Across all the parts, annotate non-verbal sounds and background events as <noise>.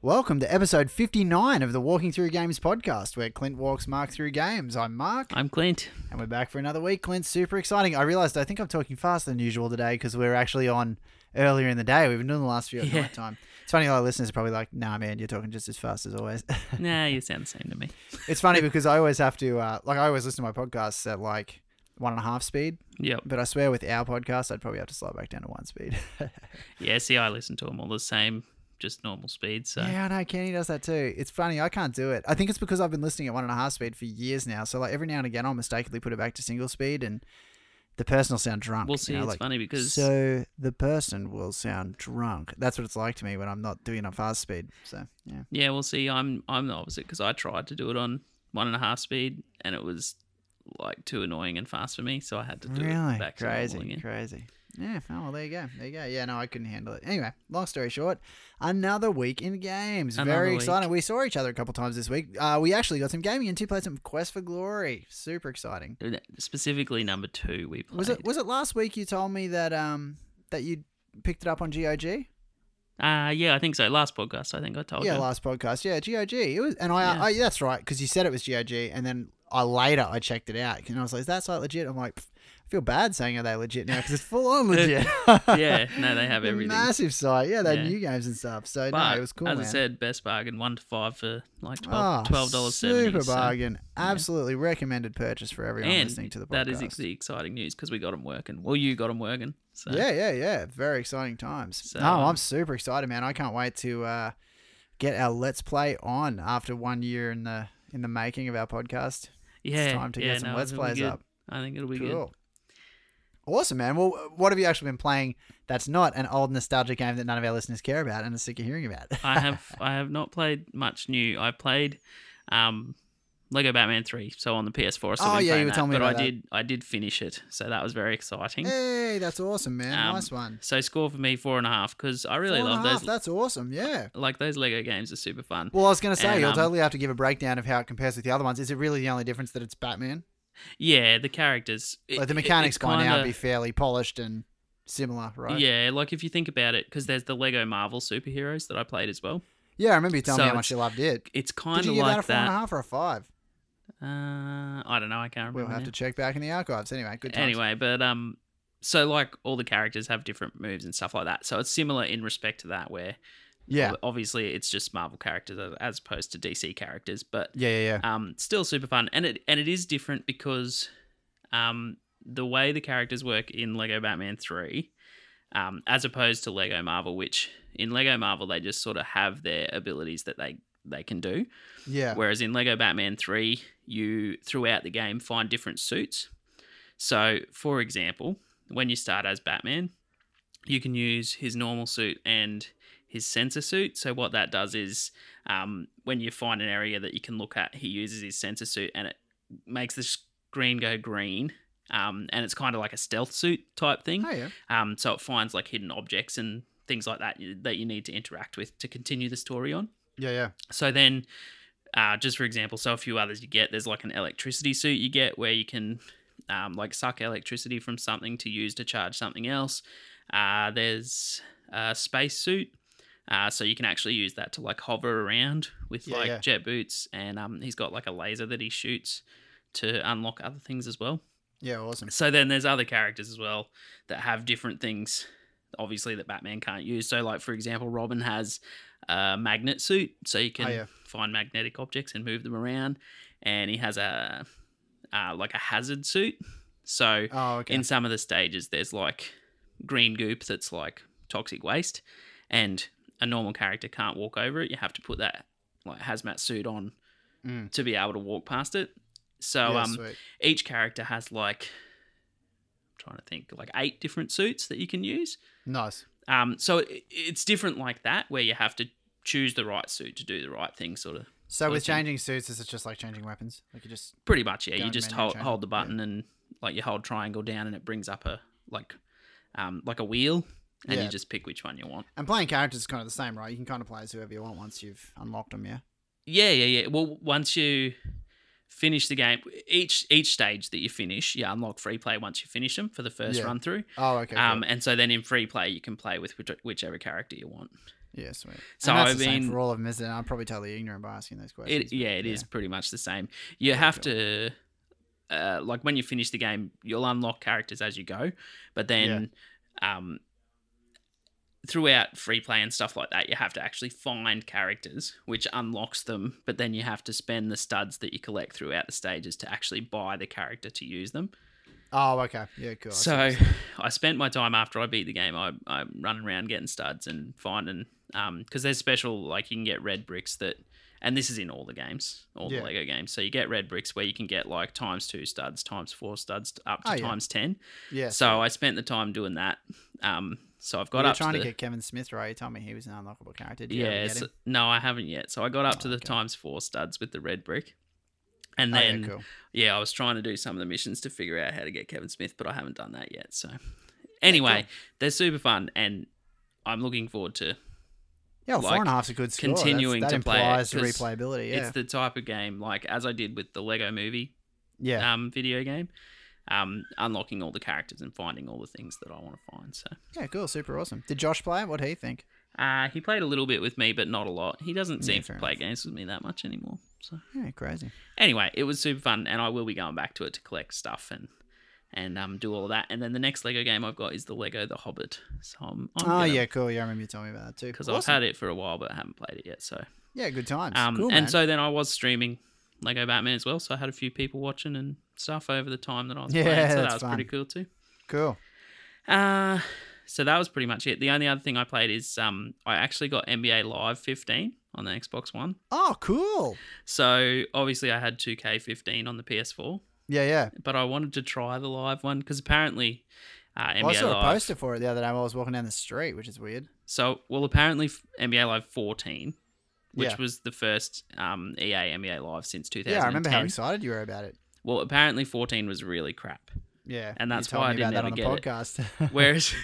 Welcome to episode 59 of the Walking Through Games podcast, where Clint walks Mark through games. I'm Mark, I'm Clint. and we're back for another week. Clint, super exciting. I realized I think I'm talking faster than usual today because we're actually on earlier in the day. We've been doing the last few at Yeah. night time. It's funny, our listeners are probably like, nah, man, you're talking just as fast as always. <laughs> Nah, you sound the same to me. it's funny because I always have to, uh, like, I always listen to my podcasts at like one and a half speed, Yep. but I swear with our podcast, I'd probably have to slow it back down to one speed. <laughs> Yeah, see, I listen to them all the same, just normal speed. So, Yeah, I know. Kenny does that too. It's funny. I can't do it. I think it's because I've been listening at one and a half speed for years now. So like every now and again, I'll mistakenly put it back to single speed, and the person will sound drunk. we'll you see. know, it's like, funny because So the person will sound drunk. That's what it's like to me when I'm not doing a fast speed. So yeah, yeah, we'll see. I'm I'm the opposite because I tried to do it on one and a half speed and it was like too annoying and fast for me, so I had to do really it back to normal crazy, again. crazy. Yeah. Oh well, there you go. There you go. Yeah. No, I couldn't handle it. Anyway, long story short, another week in games. Another Very week. exciting. We saw each other a couple times this week. Uh, we actually got some gaming and two played some Quest for Glory. Super exciting. Specifically, number two we played. Was it was it last week you told me that um that you picked it up on GOG? Uh, yeah, I think so. Last podcast, I think I told Yeah, you. last podcast. Yeah, GOG. It was, and I, Oh, Yeah. I that's right because you said it was GOG, and then I later I checked it out and I was like, is that site legit? I'm like, "Pff, I feel bad saying are they legit now because it's full <laughs> on legit. <laughs> yeah, <laughs> no, they have The everything. Massive site. Yeah, they had Yeah. new games and stuff. So but no, it was cool. as man. I said, best bargain one to five for like Ah, twelve twelve dollars seventy. Super so- bargain. Absolutely recommended purchase for everyone and listening to the podcast. that is ex- the exciting news because we got them working. Well, you got them working. So Yeah, yeah, yeah. Very exciting times. So, no, I'm um, super excited, man. I can't wait to uh, get our Let's Play on after one year in the in the making of our podcast. yeah, it's time to yeah, get some no, Let's it'll be Plays good. up. I think it'll be good. Cool. Awesome, man. Well, what have you actually been playing that's not an old nostalgic game that none of our listeners care about and are sick of hearing about? <laughs> I have I have not played much new. I played um, Lego Batman Three, so on the PS4. So Oh, I've yeah, been you playing were that, telling me but about I that. Eh. did I did finish it, so that was very exciting. hey, that's awesome, man. Um, nice one. So score for me four and a half because I really Four and a love half, those. That's awesome. Yeah. Like those Lego games are super fun. Well, I was going to say, And, you'll um, totally have to give a breakdown of how it compares with the other ones. Is it really the only difference that it's Batman? Yeah, the characters. it- Like the it- it's mechanics by now would kinda- be fairly polished and similar, right? Yeah, like if you think about it, because there's the Lego Marvel superheroes that I played as well. Yeah, I remember you telling So me how much it's you loved it. It's Did kind you of give that a like four and a that. half or a five? Uh, I don't know. I can't remember. We'll have now. to check back in the archives. Anyway, good times. Anyway, but um, so like all the characters have different moves and stuff like that. So it's similar in respect to that, where yeah, ob- obviously it's just Marvel characters as- as opposed to DC characters, but yeah, yeah, yeah. um, still super fun. And it and it is different because um, the way the characters work in Lego Batman Three. Um, as opposed to Lego Marvel, which in Lego Marvel they just sort of have their abilities that they they can do. yeah. Whereas in Lego Batman 3, you throughout the game find different suits. So, for example, when you start as Batman, you can use his normal suit and his sensor suit. So, what that does is um, when you find an area that you can look at, he uses his sensor suit and it makes the screen go green. Um, and it's kind of like a stealth suit type thing. Oh, yeah. Um, so, it finds like hidden objects and things like that that you need to interact with to continue the story on. Yeah, yeah. So then, uh, just for example, so a few others you get, there's like an electricity suit you get where you can um, like suck electricity from something to use to charge something else. Uh, there's a space suit. Uh, so you can actually use that to like hover around with Yeah, like yeah. jet boots, and um, he's got like a laser that he shoots to unlock other things as well. Yeah, awesome. So then there's other characters as well that have different things, obviously that Batman can't use. So like for example, Robin has a magnet suit, so you can Oh, yeah. find magnetic objects and move them around, and he has a uh, like a hazard suit. So Oh, okay. in some of the stages, there's like green goop that's like toxic waste, and a normal character can't walk over it. You have to put that like hazmat suit on Mm. to be able to walk past it. So yeah, um, sweet. each character has like I'm trying to think like eight different suits that you can use. nice. Um, so it, it's different like that where you have to choose the right suit to do the right thing, sort of. So with listen. changing suits, is it just like changing weapons? Like you just Pretty much, yeah. Go You and just manual hold change hold it, the yeah. button and like you hold triangle down and it brings up a like um like a wheel and Yeah. you just pick which one you want. and playing characters is kind of the same, right? You can kind of play as whoever you want once you've unlocked them. Yeah. Yeah, yeah, yeah. Well, once you finish the game, each each stage that you finish, you unlock free play once you finish them for the first Yeah. run through. Oh, okay. Um, cool. and so then in free play, you can play with which, whichever character you want. Yeah, sweet. So and that's I the same mean- for all of them, isn't it? I'm probably totally ignorant by asking those questions. It, yeah, it is yeah. pretty much the same. You have to, uh, like, when you finish the game, you'll unlock characters as you go, but then, um, throughout free play and stuff like that, you have to actually find characters, which unlocks them. But then you have to spend the studs that you collect throughout the stages to actually buy the character to use them. Oh, okay. Yeah, cool. I see what So you're <laughs> I spent my time after I beat the game. I, I'm running around getting studs and finding um because there's special like you can get red bricks that and this is in all the games, all Yeah. the Lego games. So you get red bricks where you can get like times two studs, times four studs, up to Oh, yeah. times ten. Yeah. so I spent the time doing that. Um, so I've got you were up trying to, the, get Kevin Smith right. You told me he was an unlockable character. Did you ever yeah, get so- him? no, I haven't yet. So I got up to Oh, the okay. times four studs with the red brick, and Oh, then yeah, cool. yeah, I was trying to do some of the missions to figure out how to get Kevin Smith, but I haven't done that yet. So, anyway, they're super fun, and I'm looking forward to. Yeah, well, like, four and a half's a good score. That's- continuing that to play it, implies the 'cause replayability. Yeah. It's the type of game like as I did with the Lego Movie yeah. um, video game, um, unlocking all the characters and finding all the things that I want to find. So, yeah, cool. Super awesome. Did Josh play it? What'd he think? uh, he played a little bit with me, but not a lot. He doesn't Yeah, seem fair to play games with me that much anymore. So, Yeah, crazy. anyway, it was super fun, and I will be going back to it to collect stuff and and um, do all that. And then the next Lego game I've got is the Lego The Hobbit. So I'm, oh, I'm gonna- yeah, cool. Yeah, I remember you telling me about that too. because Awesome. I've had it for a while but I haven't played it yet. So, Yeah, good times. um, cool, and man. so then I was streaming Lego Batman as well, so I had a few people watching and stuff over the time that I was Yeah, playing. So that's that was pretty fun. cool too. cool. Uh, so that was pretty much it. The only other thing I played is um, I actually got NBA Live 15 on the Xbox One. Oh, cool. So obviously I had 2K 15 on the PS4, Yeah, yeah. but I wanted to try the live one because apparently uh, NBA Well, I saw a Live. poster for it the other day while I was walking down the street, which is weird. So, well, apparently f- NBA Live 14, which Yeah. was the first um, EA NBA Live since 2010. Yeah, I remember how excited you were about it. Well, apparently 14 was really crap, <laughs> Yeah, And that's you told why I me about didn't that ever on the podcast. <laughs> whereas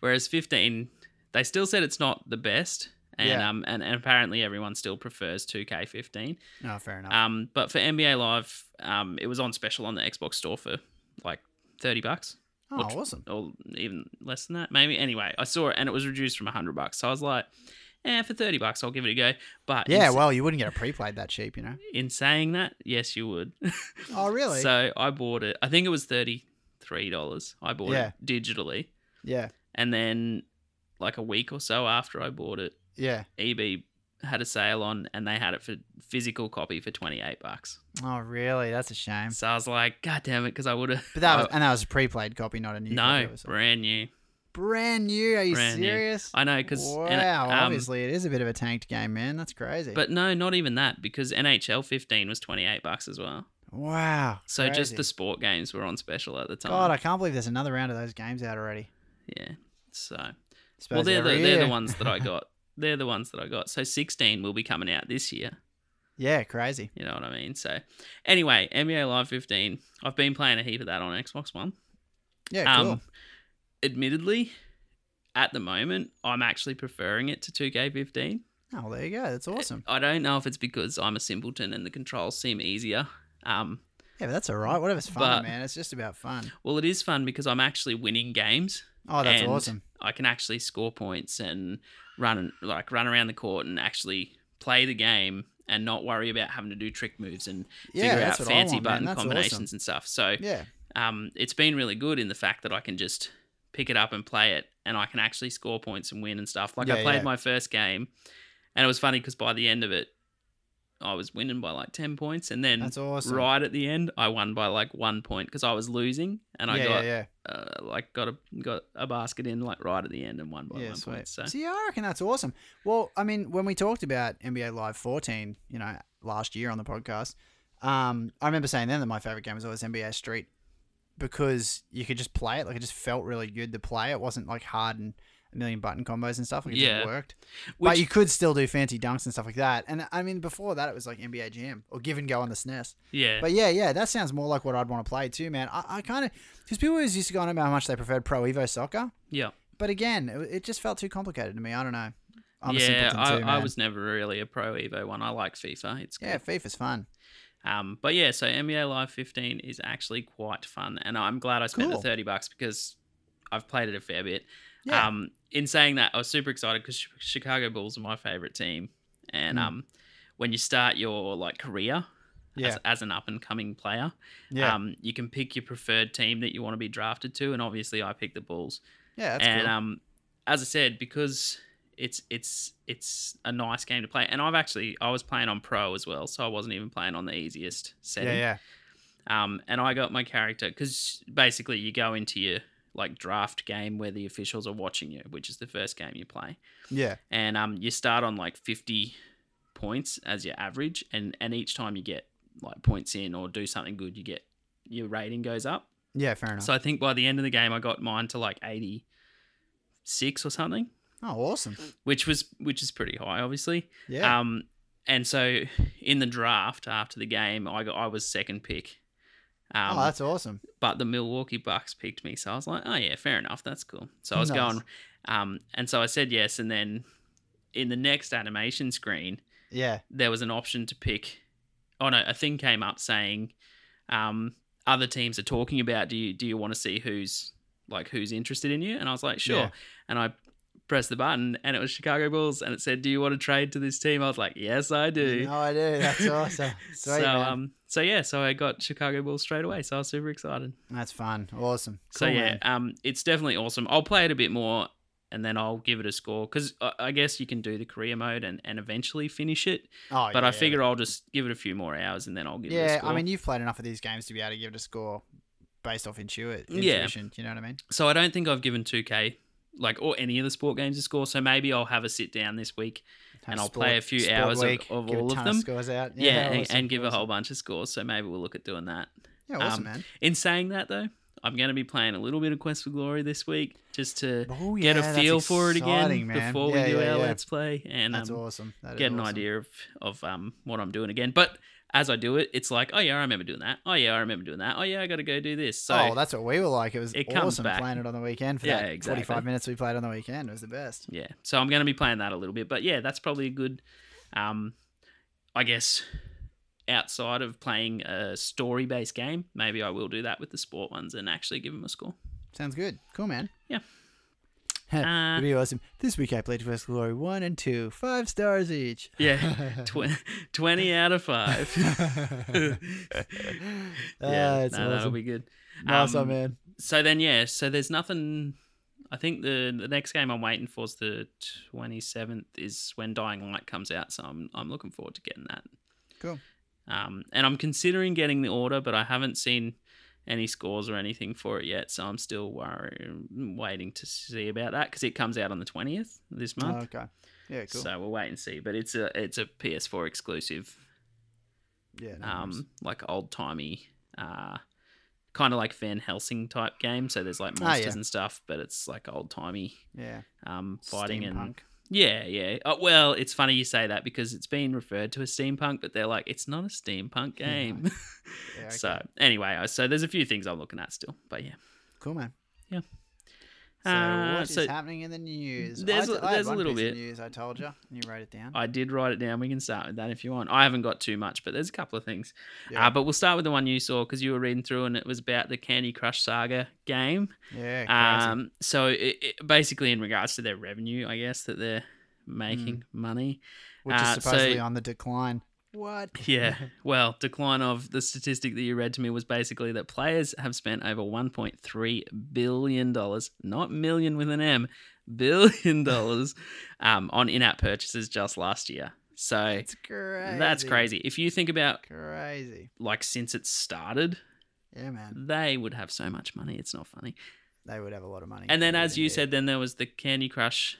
whereas 15, they still said it's not the best, and Yeah. um and, and apparently everyone still prefers 2K15. oh, fair enough. Um, but for NBA Live, um, it was on special on the Xbox Store for like 30 bucks oh, which- awesome. or even less than that, maybe. Anyway, I saw it and it was reduced from 100 bucks, so I was like. eh, for 30 bucks, I'll give it a go. But Yeah, ins- well, you wouldn't get it pre-played that cheap, you know. in saying that, yes, you would. Oh, really? <laughs> So I bought it. I think it was thirty three dollars. I bought Yeah. it digitally, yeah, and then like a week or so after I bought it, yeah. EB had a sale on, and they had it for physical copy for twenty eight bucks. Oh, really? That's a shame. So I was like, God damn it, because I would have. But that was and that was a pre-played copy, not a new. Uh, no copy, was it? brand new. brand new. Are you Brand new. serious? I know because wow, obviously it is a bit of a tanked game, man. That's crazy. But no, not even that because NHL fifteen was twenty eight bucks as well. wow, So just crazy. the um, sport games were on special at the time. God, I can't believe there's another round of those games out already. yeah. So Suppose Well, they're the, every they're the year. ones <laughs> that I got. they're the ones that I got. So 16 will be coming out this year. yeah, crazy. You know what I mean? So, anyway, NBA Live 15. I've been playing a heap of that on Xbox One. Um, Yeah, cool. admittedly, at the moment, I'm actually preferring it to 2K15. oh, well, there you go. eh, That's awesome. I don't know if it's because I'm a simpleton and the controls seem easier. Um, Yeah, but that's all right. Whatever's fun, but- man. It's just about fun. well, it is fun because I'm actually winning games. Oh, that's and awesome. I can actually score points and run like run around the court and actually play the game and not worry about having to do trick moves and Yeah, figure out that's what I fancy want, man. button That's awesome. combinations and stuff. So Yeah, um, it's been really good in the fact that I can just pick it up and play it, and I can actually score points and win and stuff. Like I Yeah, played yeah. my first game, and it was funny because by the end of it, I was winning by like ten points, and then that's awesome. right at the end, I won by like one point because I was losing, and I yeah, got yeah, uh, like got a got a basket in like right at the end and won by yeah. yeah one sweet. point. So See, I reckon that's awesome. Well, I mean, when we talked about NBA Live 14, you know, last year on the podcast, um, I remember saying then that my favorite game was always NBA Street because you could just play it. Like, it just felt really good to play. It wasn't like hard and a million button combos and stuff. Like, it Yeah. just worked. which but you could still do fancy dunks and stuff like that. And I mean, before that, it was like NBA Jam or Give and Go on the SNES. yeah, But yeah, yeah, that sounds more like what I'd want to play too, man. I, I kind of because people always used to go on about how much they preferred Pro Evo Soccer, yeah, but again, it, it just felt too complicated to me. I don't know. I'm a yeah. simpleton I, too, I man. was never really a pro Evo one. I like FIFA. It's Yeah, good. FIFA's fun. Um, but yeah, so NBA Live 15 is actually quite fun, and I'm glad I spent Cool. the 30 bucks because I've played it a fair bit. Yeah, Um, in saying that, I was super excited because Chicago Bulls are my favorite team, and Mm. um, when you start your like career Yeah. as, as an up and coming player, Yeah. um, you can pick your preferred team that you want to be drafted to, and obviously I picked the Bulls. yeah. That's and cool. um, as I said, because it's it's it's a nice game to play, and I've actually I was playing on pro as well, so I wasn't even playing on the easiest setting. yeah. Yeah. Um, and I got my character because basically you go into your like draft game where the officials are watching you, which is the first game you play, Yeah. and um, you start on like fifty points as your average, and and each time you get like points in or do something good, you get your rating goes up. Yeah. Fair enough. So I think by the end of the game, I got mine to like eighty six or something, oh, awesome. which was which is pretty high, obviously. Yeah. Um, and so in the draft after the game, I got I was second pick. Um, oh, that's awesome. but the Milwaukee Bucks picked me. So I was like, oh yeah, fair enough, that's cool. So I was Nice. going, um, and so I said yes, and then in the next animation screen, Yeah. there was an option to pick. Oh no, a thing came up saying, um, other teams are talking about. Do you do you want to see who's like who's interested in you? And I was like, sure. Yeah. And I pressed the button, and it was Chicago Bulls, and it said, do you want to trade to this team? I was like, yes, I do. No, I do. <laughs> That's awesome. Sweet, so man. um, so yeah, so I got Chicago Bulls straight away. So I was super excited. that's fun. Awesome. So Cool, yeah, man. um, it's definitely awesome. I'll play it a bit more, and then I'll give it a score because I, I guess you can do the career mode and, and eventually finish it. Oh, But yeah. I figure I'll just give it a few more hours, and then I'll give it a Yeah. score. I mean, you've played enough of these games to be able to give it a score based off intuit, Yeah. intuition. You know what I mean? so I don't think I've given two K like or any of the sport games a score. So maybe I'll have a sit down this week. And I'll play a few hours of- of give all a of ton them. scores out. Yeah, and, awesome, and give a awesome. whole bunch of scores. So maybe we'll look at doing that. Yeah, awesome, um, man. In saying that, though, I'm going to be playing a little bit of Quest for Glory this week just to Oh, get yeah, a that's feel for it exciting, again man. before Yeah, we do yeah, our yeah. Let's Play. And That's um, awesome. That is get an awesome. idea of of um what I'm doing again. But as I do it, it's like, oh yeah, I remember doing that. Oh yeah, I remember doing that. Oh yeah, I got to go do this. So oh, that's what we were like. It was it comes awesome back. playing it on the weekend for Yeah, that exactly. 45 minutes we played on the weekend. It was the best. yeah, so I'm going to be playing that a little bit. But yeah, that's probably a good, um, I guess outside of playing a story based game, maybe I will do that with the sport ones and actually give them a score. Sounds good. Cool, man. Yeah. <laughs> It'd Uh, be awesome. This week I played Quest Glory 1 and 2, five stars each. <laughs> <laughs> yeah, tw- twenty out of five. yeah, Ah, no, it's that'll awesome. be good. nice one, um, man. so then yeah so there's nothing i think the the next game i'm waiting for is the 27th is when dying light comes out so i'm, I'm looking forward to getting that Cool. um, and i'm considering getting the order but i haven't seen any scores or anything for it yet so i'm still worrying, waiting to see about that because it comes out on the 20th this Oh, month okay. Yeah, cool. so we'll wait and see but it's a it's a ps4 exclusive yeah, no worries. um like old timey uh kind of like van helsing type game so there's like Ah, monsters yeah. and stuff but it's like old timey yeah. um fighting and Steampunk. yeah yeah oh, well it's funny you say that because it's been referred to as steampunk but they're like it's not a steampunk Yeah, game Yeah, okay. <laughs> so anyway I- so there's a few things i'm looking at still but yeah Cool, man. Yeah. So Uh, what is so- happening in the news? There's I a- I had there's a one little piece of bit. news. I told you, and you wrote it down. i did write it down we can start with that if you want i haven't got too much but there's a couple of things Yeah. uh, but we'll start with the one you saw because you were reading through and it was about the candy crush saga game yeah, crazy. Um, so it, it, basically, in regards to their revenue, I guess that they're making money. which uh, is so- supposedly on the decline. What? <laughs> Yeah. well, decline of the statistic that you read to me was basically that players have spent over 1.3 billion dollars, not million with an M, <laughs> billion dollars, um, on in-app purchases just last year. So It's crazy. that's crazy. If you think about Crazy. like since it started, Yeah, man. they would have so much money. It's not funny. They would have a lot of money. And then, They as really you do. said, then there was the Candy Crush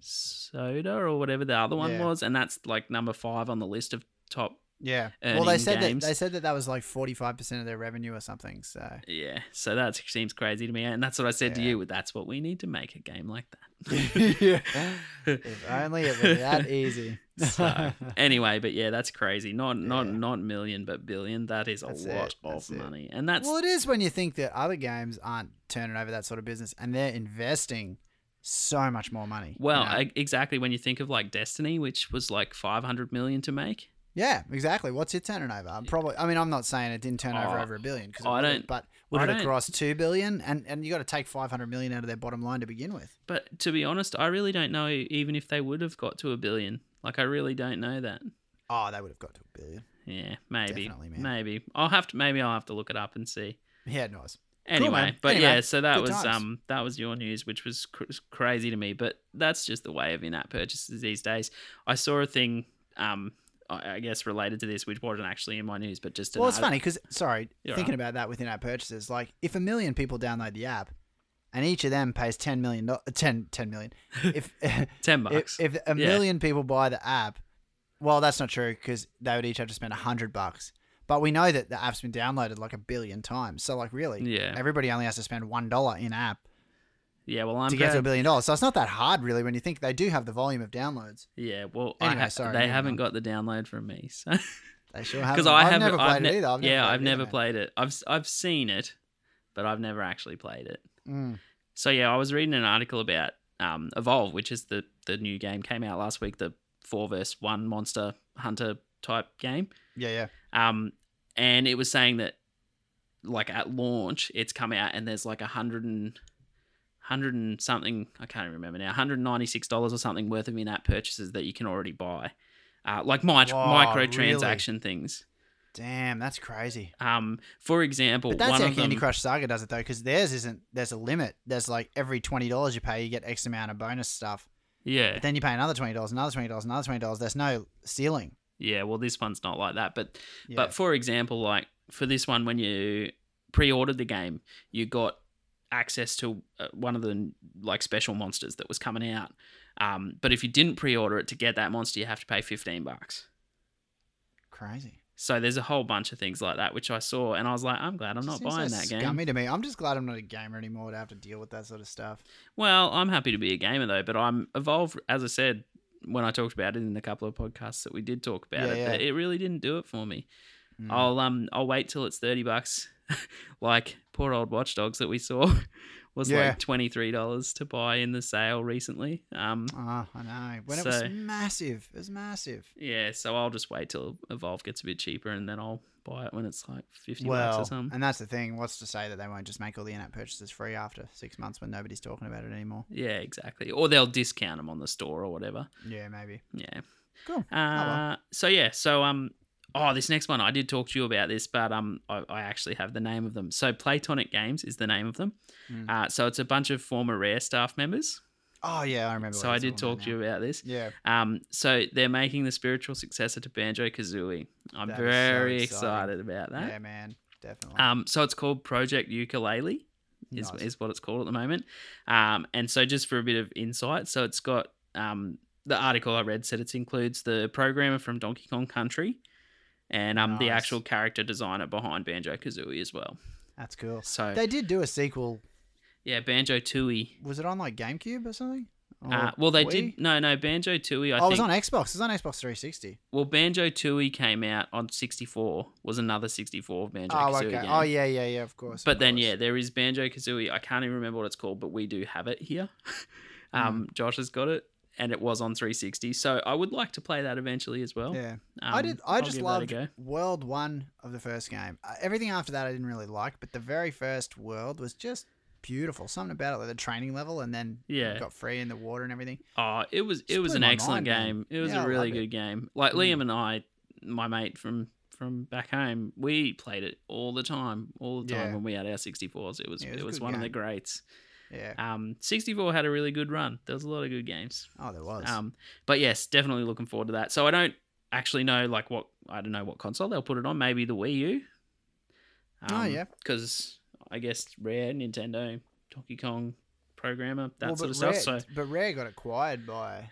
soda or whatever the other one Yeah. was, and that's like number five on the list of top. yeah. Well, they earning said games. that they said that that was like forty five percent of their revenue or something. So Yeah, so that <laughs> seems crazy to me, and that's what I said to Yeah. you. That's what we need to make a game like that. <laughs> Yeah. <laughs> if only it were that easy. so <laughs> anyway, but yeah, that's crazy. Not not Yeah. not million, but billion. That is a That's it, lot of that's it. money, and that's well, it is when you think that other games aren't turning over that sort of business, and they're investing so much more money. you well e-, know? I, exactly when you think of like Destiny, which was like five hundred million to make. Yeah, exactly. What's it turning over? I'm probably. I mean, I'm not saying it didn't turn over Oh, over a billion because I don't- But would I it have don't- crossed two billion? And and you got to take five hundred million out of their bottom line to begin with. But to be honest, I really don't know even if they would have got to a billion. Like I really don't know that. Oh, they would have got to a billion. Yeah, maybe. Definitely, man. Maybe. I'll have to maybe I'll have to look it up and see. Yeah, nice. Cool, Anyway, man. but Anyway, yeah, so that good was times. um that was your news which was cr- crazy to me, but that's just the way of in-app purchases these days. I saw a thing um I I guess related to this, which wasn't actually in my news, but just Well, it's another- funny because sorry, You're thinking about that within our purchases, like if a million people download the app, and each of them pays ten million, do- 10, 10 million. If <laughs> ten if, bucks. if a million people buy the app, well, that's not true because they would each have to spend hundred bucks. But we know that the app's been downloaded like a billion times. So like really, Yeah. everybody only has to spend one dollar in app yeah, well I'm to get to a glad- billion dollars. So it's not that hard really when you think they do have the volume of downloads. Yeah, well I Anyway, ha- sorry, they moving haven't on. got the download from me. So They sure <laughs> have. because I I've haven't never played I've it ne- either. I've never yeah, played I've it never either, played it. I've s- I've seen it, but I've never actually played it. man. Mm. So yeah, I was reading an article about um, Evolve, which is the the new game came out last week, the four verse one monster hunter type game. Yeah, yeah. Um, and it was saying that like at launch, it's come out and there's like a hundred and hundred and something I can't even remember now, hundred ninety six dollars or something worth of in app purchases that you can already buy, uh, like mi- Wow, microtransaction things. Damn, that's crazy. Um, for example, But that's one how of them, Candy Crush Saga does it though, because theirs isn't. There's a limit. There's like every twenty dollars you pay, you get X amount of bonus stuff. yeah, But then you pay another twenty dollars, another twenty dollars, another twenty dollars. There's no ceiling. yeah. Well, this one's not like that, but Yeah. But for example, like for this one, when you pre-ordered the game, you got access to uh, one of the like special monsters that was coming out. Um, but if you didn't pre-order it to get that monster, you have to pay fifteen bucks. crazy. So there's a whole bunch of things like that which I saw, and I was like, I'm glad I'm Just not seems so buying that game. Scummy to me. I'm just glad I'm not a gamer anymore to have to deal with that sort of stuff. Well, I'm happy to be a gamer though, but I'm evolved. As I said when I talked about it in the couple of podcasts that we did talk about Yeah, it, yeah. that it really didn't do it for me. Mm. I'll um I'll wait till it's thirty bucks, <laughs> like poor old watchdogs that we saw <laughs> was Yeah. like twenty three dollars to buy in the sale recently. Um, Ah, I know. When it So- was massive, it was massive. yeah, so I'll just wait till Evolve gets a bit cheaper and then I'll buy it when it's like fifty bucks or Well, something. and that's the thing. What's to say that they won't just make all the in-app purchases free after six months when nobody's talking about it anymore? Yeah, exactly. Or they'll discount them on the store or whatever. Yeah, maybe. Yeah. Cool. Oh, well. Uh, so yeah, so um, oh, this next one I did talk to you about this, but um, I, I actually have the name of them. So Platonic Games is the name of them. Mm. Uh, so it's a bunch of former Rare staff members. Oh yeah, I remember. So what I it's did all talk about to you about this. now. Yeah. Um, so they're making the spiritual successor to Banjo Kazooie. I'm That is so very exciting. excited about Yeah, that. man, definitely. Um, so it's called Project Ukulele, is, Nice. is what it's called at the moment. Um, and so just for a bit of insight, so it's got um, the article I read said it includes the programmer from Donkey Kong Country and um, the Nice. actual character designer behind Banjo Kazooie as well. That's cool. So They did do a sequel. yeah, Banjo Tooie. Was it on like GameCube or something? Or Uh, well, they Wii? did no, no Banjo Tooie. oh, I it think was on Xbox. It was on Xbox 360. Well, Banjo Tooie came out on 64, was another 64 Banjo Oh, Kazooie okay. game. Oh, yeah, yeah, yeah. Of course. But of then, course. yeah, there is Banjo Kazooie. I can't even remember what it's called, but we do have it here. <laughs> Hmm. um, Josh has got it, and it was on 360. So I would like to play that eventually as well. yeah. Um, I did. I I'll just give that a loved go. World One of the first game. Uh, everything after that, I didn't really like, but the very first world was just beautiful. Something about it, like the training level, and then you Yeah. got free in the water and everything. Oh, it was it Just was blew an my mind, excellent man. game. It was Yeah, I a really love it. good game. Like Mm. Liam and I, my mate from from back home, we played it all the time, all the time Yeah. when we had our 64s. It was Yeah, it was it was, a good one of the game. greats. Yeah. Um, 64 had a really good run. There was a lot of good games. Oh, there was. Um, but yes, definitely looking forward to that. So I don't actually know like what I don't know what console they'll put it on. Maybe the Wii U. Oh, yeah. because I guess Rare, Nintendo, Donkey Kong, programmer that Well, sort but of Rare- stuff. So but Rare got acquired by.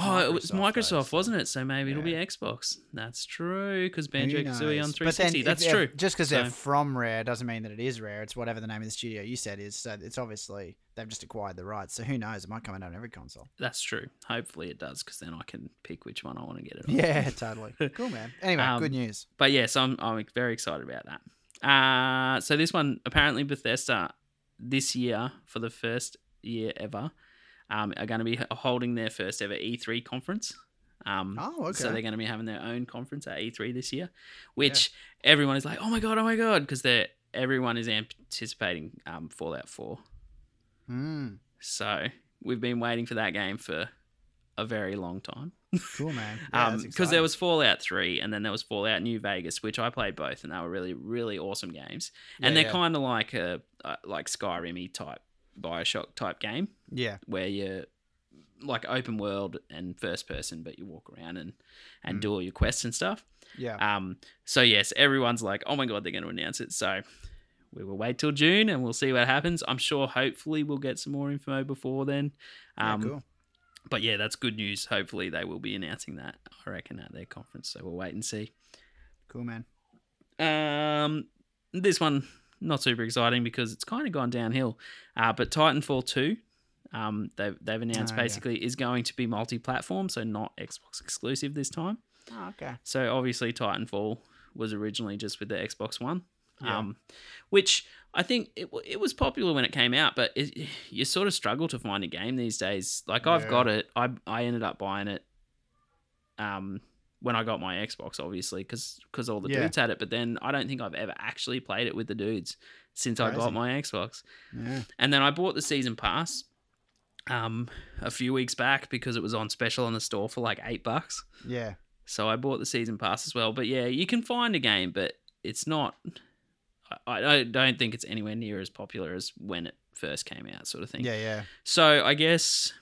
oh, it Microsoft, was though, Microsoft, so- wasn't it? So maybe it'll be Yeah. Xbox. That's true because Who Banjo Kazooie on knows? But then 360. if That's they're- true. Just because they're So- from Rare doesn't mean that it is Rare. It's whatever the name of the studio you said is. So it's obviously they've just acquired the rights. So who knows? It might come out on every console. That's true. Hopefully it does because then I can pick which one I want to get it <laughs> on. Yeah, totally. Cool, man. Anyway, Um, good news. but yes, I'm I'm very excited about that. Uh, so this one apparently Bethesda this year for the first year ever um, are going to be h- holding their first ever E3 E conference. Um, Oh, okay. So they're going to be having their own conference at E3 this year, which everyone is like, oh my god, oh my god, because they're everyone is anticipating um, Fallout 4. Mm, So we've been waiting for that game for a very long time. cool, man. Yeah, Um 'cause that's because there exciting. was Fallout 3 and then there was Fallout New Vegas, which I played both, and they were really, really awesome games. And Yeah, they're yeah. kind of like a uh, like Skyrim type, Bioshock type game yeah, where you're like open world and first person, but you walk around and and Mm. do all your quests and stuff. yeah. Um, so yes, everyone's like, oh my god, they're going to announce it. So we will wait till June and we'll see what happens. I'm sure, hopefully, we'll get some more info before then. Yeah, Um, cool. But yeah, that's good news. Hopefully, they will be announcing that. I reckon at their conference. So we'll wait and see. Cool, man. Um, this one not super exciting because it's kind of gone downhill. Uh, but Titanfall two, um, they've they've announced Oh, yeah. basically is going to be multi-platform, so not Xbox exclusive this time. Oh, okay. So obviously Titanfall was originally just with the Xbox One. Yeah. Um, which I think it, wa- it was popular when it came out, but it, you sort of struggle to find a game these days. Like I've Yeah. got it, I I ended up buying it, um, when I got my Xbox, obviously, because all the Yeah. dudes had it. But then I don't think I've ever actually played it with the dudes since I got Crazy. my Xbox. Yeah. And then I bought the season pass, um, a few weeks back because it was on special on the store for like eight bucks. Yeah. So I bought the season pass as well. But yeah, you can find a game, but it's not. I, I don't think it's anywhere near as popular as when it first came out, sort of thing. Yeah. Yeah. So I guess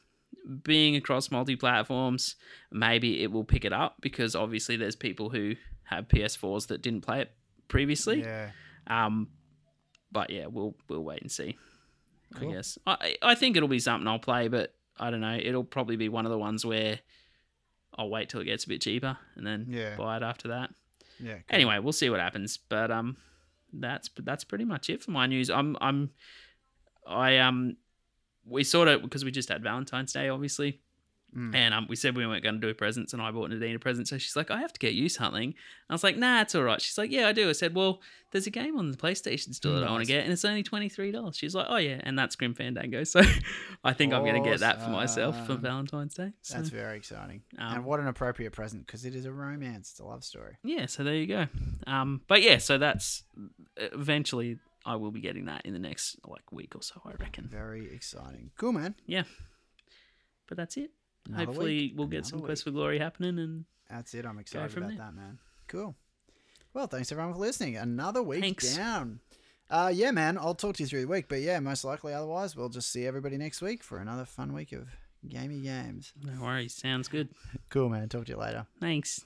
being across multi platforms, maybe it will pick it up because obviously there's people who have PS4s that didn't play it previously. Yeah. Um, but yeah, we'll we'll wait and see. Cool. I guess I I think it'll be something I'll play, but I don't know. It'll probably be one of the ones where I'll wait till it gets a bit cheaper and then Yeah. buy it after that. Yeah. cool. Anyway, we'll see what happens. But um, that's that's pretty much it for my news. I'm I'm I um we sort of because we just had Valentine's Day, obviously. Mm. And um, we said we weren't going to do presents, and I bought Nadine a present. So she's like, "I have to get you something." I was like, "Nah, it's all right." She's like, "Yeah, I do." I said, "Well, there's a game on the PlayStation store that I want Nice. to get, and it's only twenty three dollars." She's like, "Oh yeah," and that's Grim Fandango. <laughs> So I think I'm going to get that for myself for Awesome. Valentine's Day. So, That's very exciting. um, and what an appropriate present because it is a romance. It's a love story. yeah, so there you go. Um, but yeah, so that's eventually I will be getting that in the next like week or so, I reckon. Very exciting. Cool, man. But that's it. Another Hopefully, week, we'll get another some week. Quest for Glory happening, and That's it. I'm excited from about there. that, man. Cool. Well, thanks everyone for listening. Another week Thanks. down. Uh, yeah, man. I'll talk to you through the week, but yeah, most likely. Otherwise, we'll just see everybody next week for another fun week of gamey games. no worries, sounds good. Cool, man. Talk to you later. Thanks.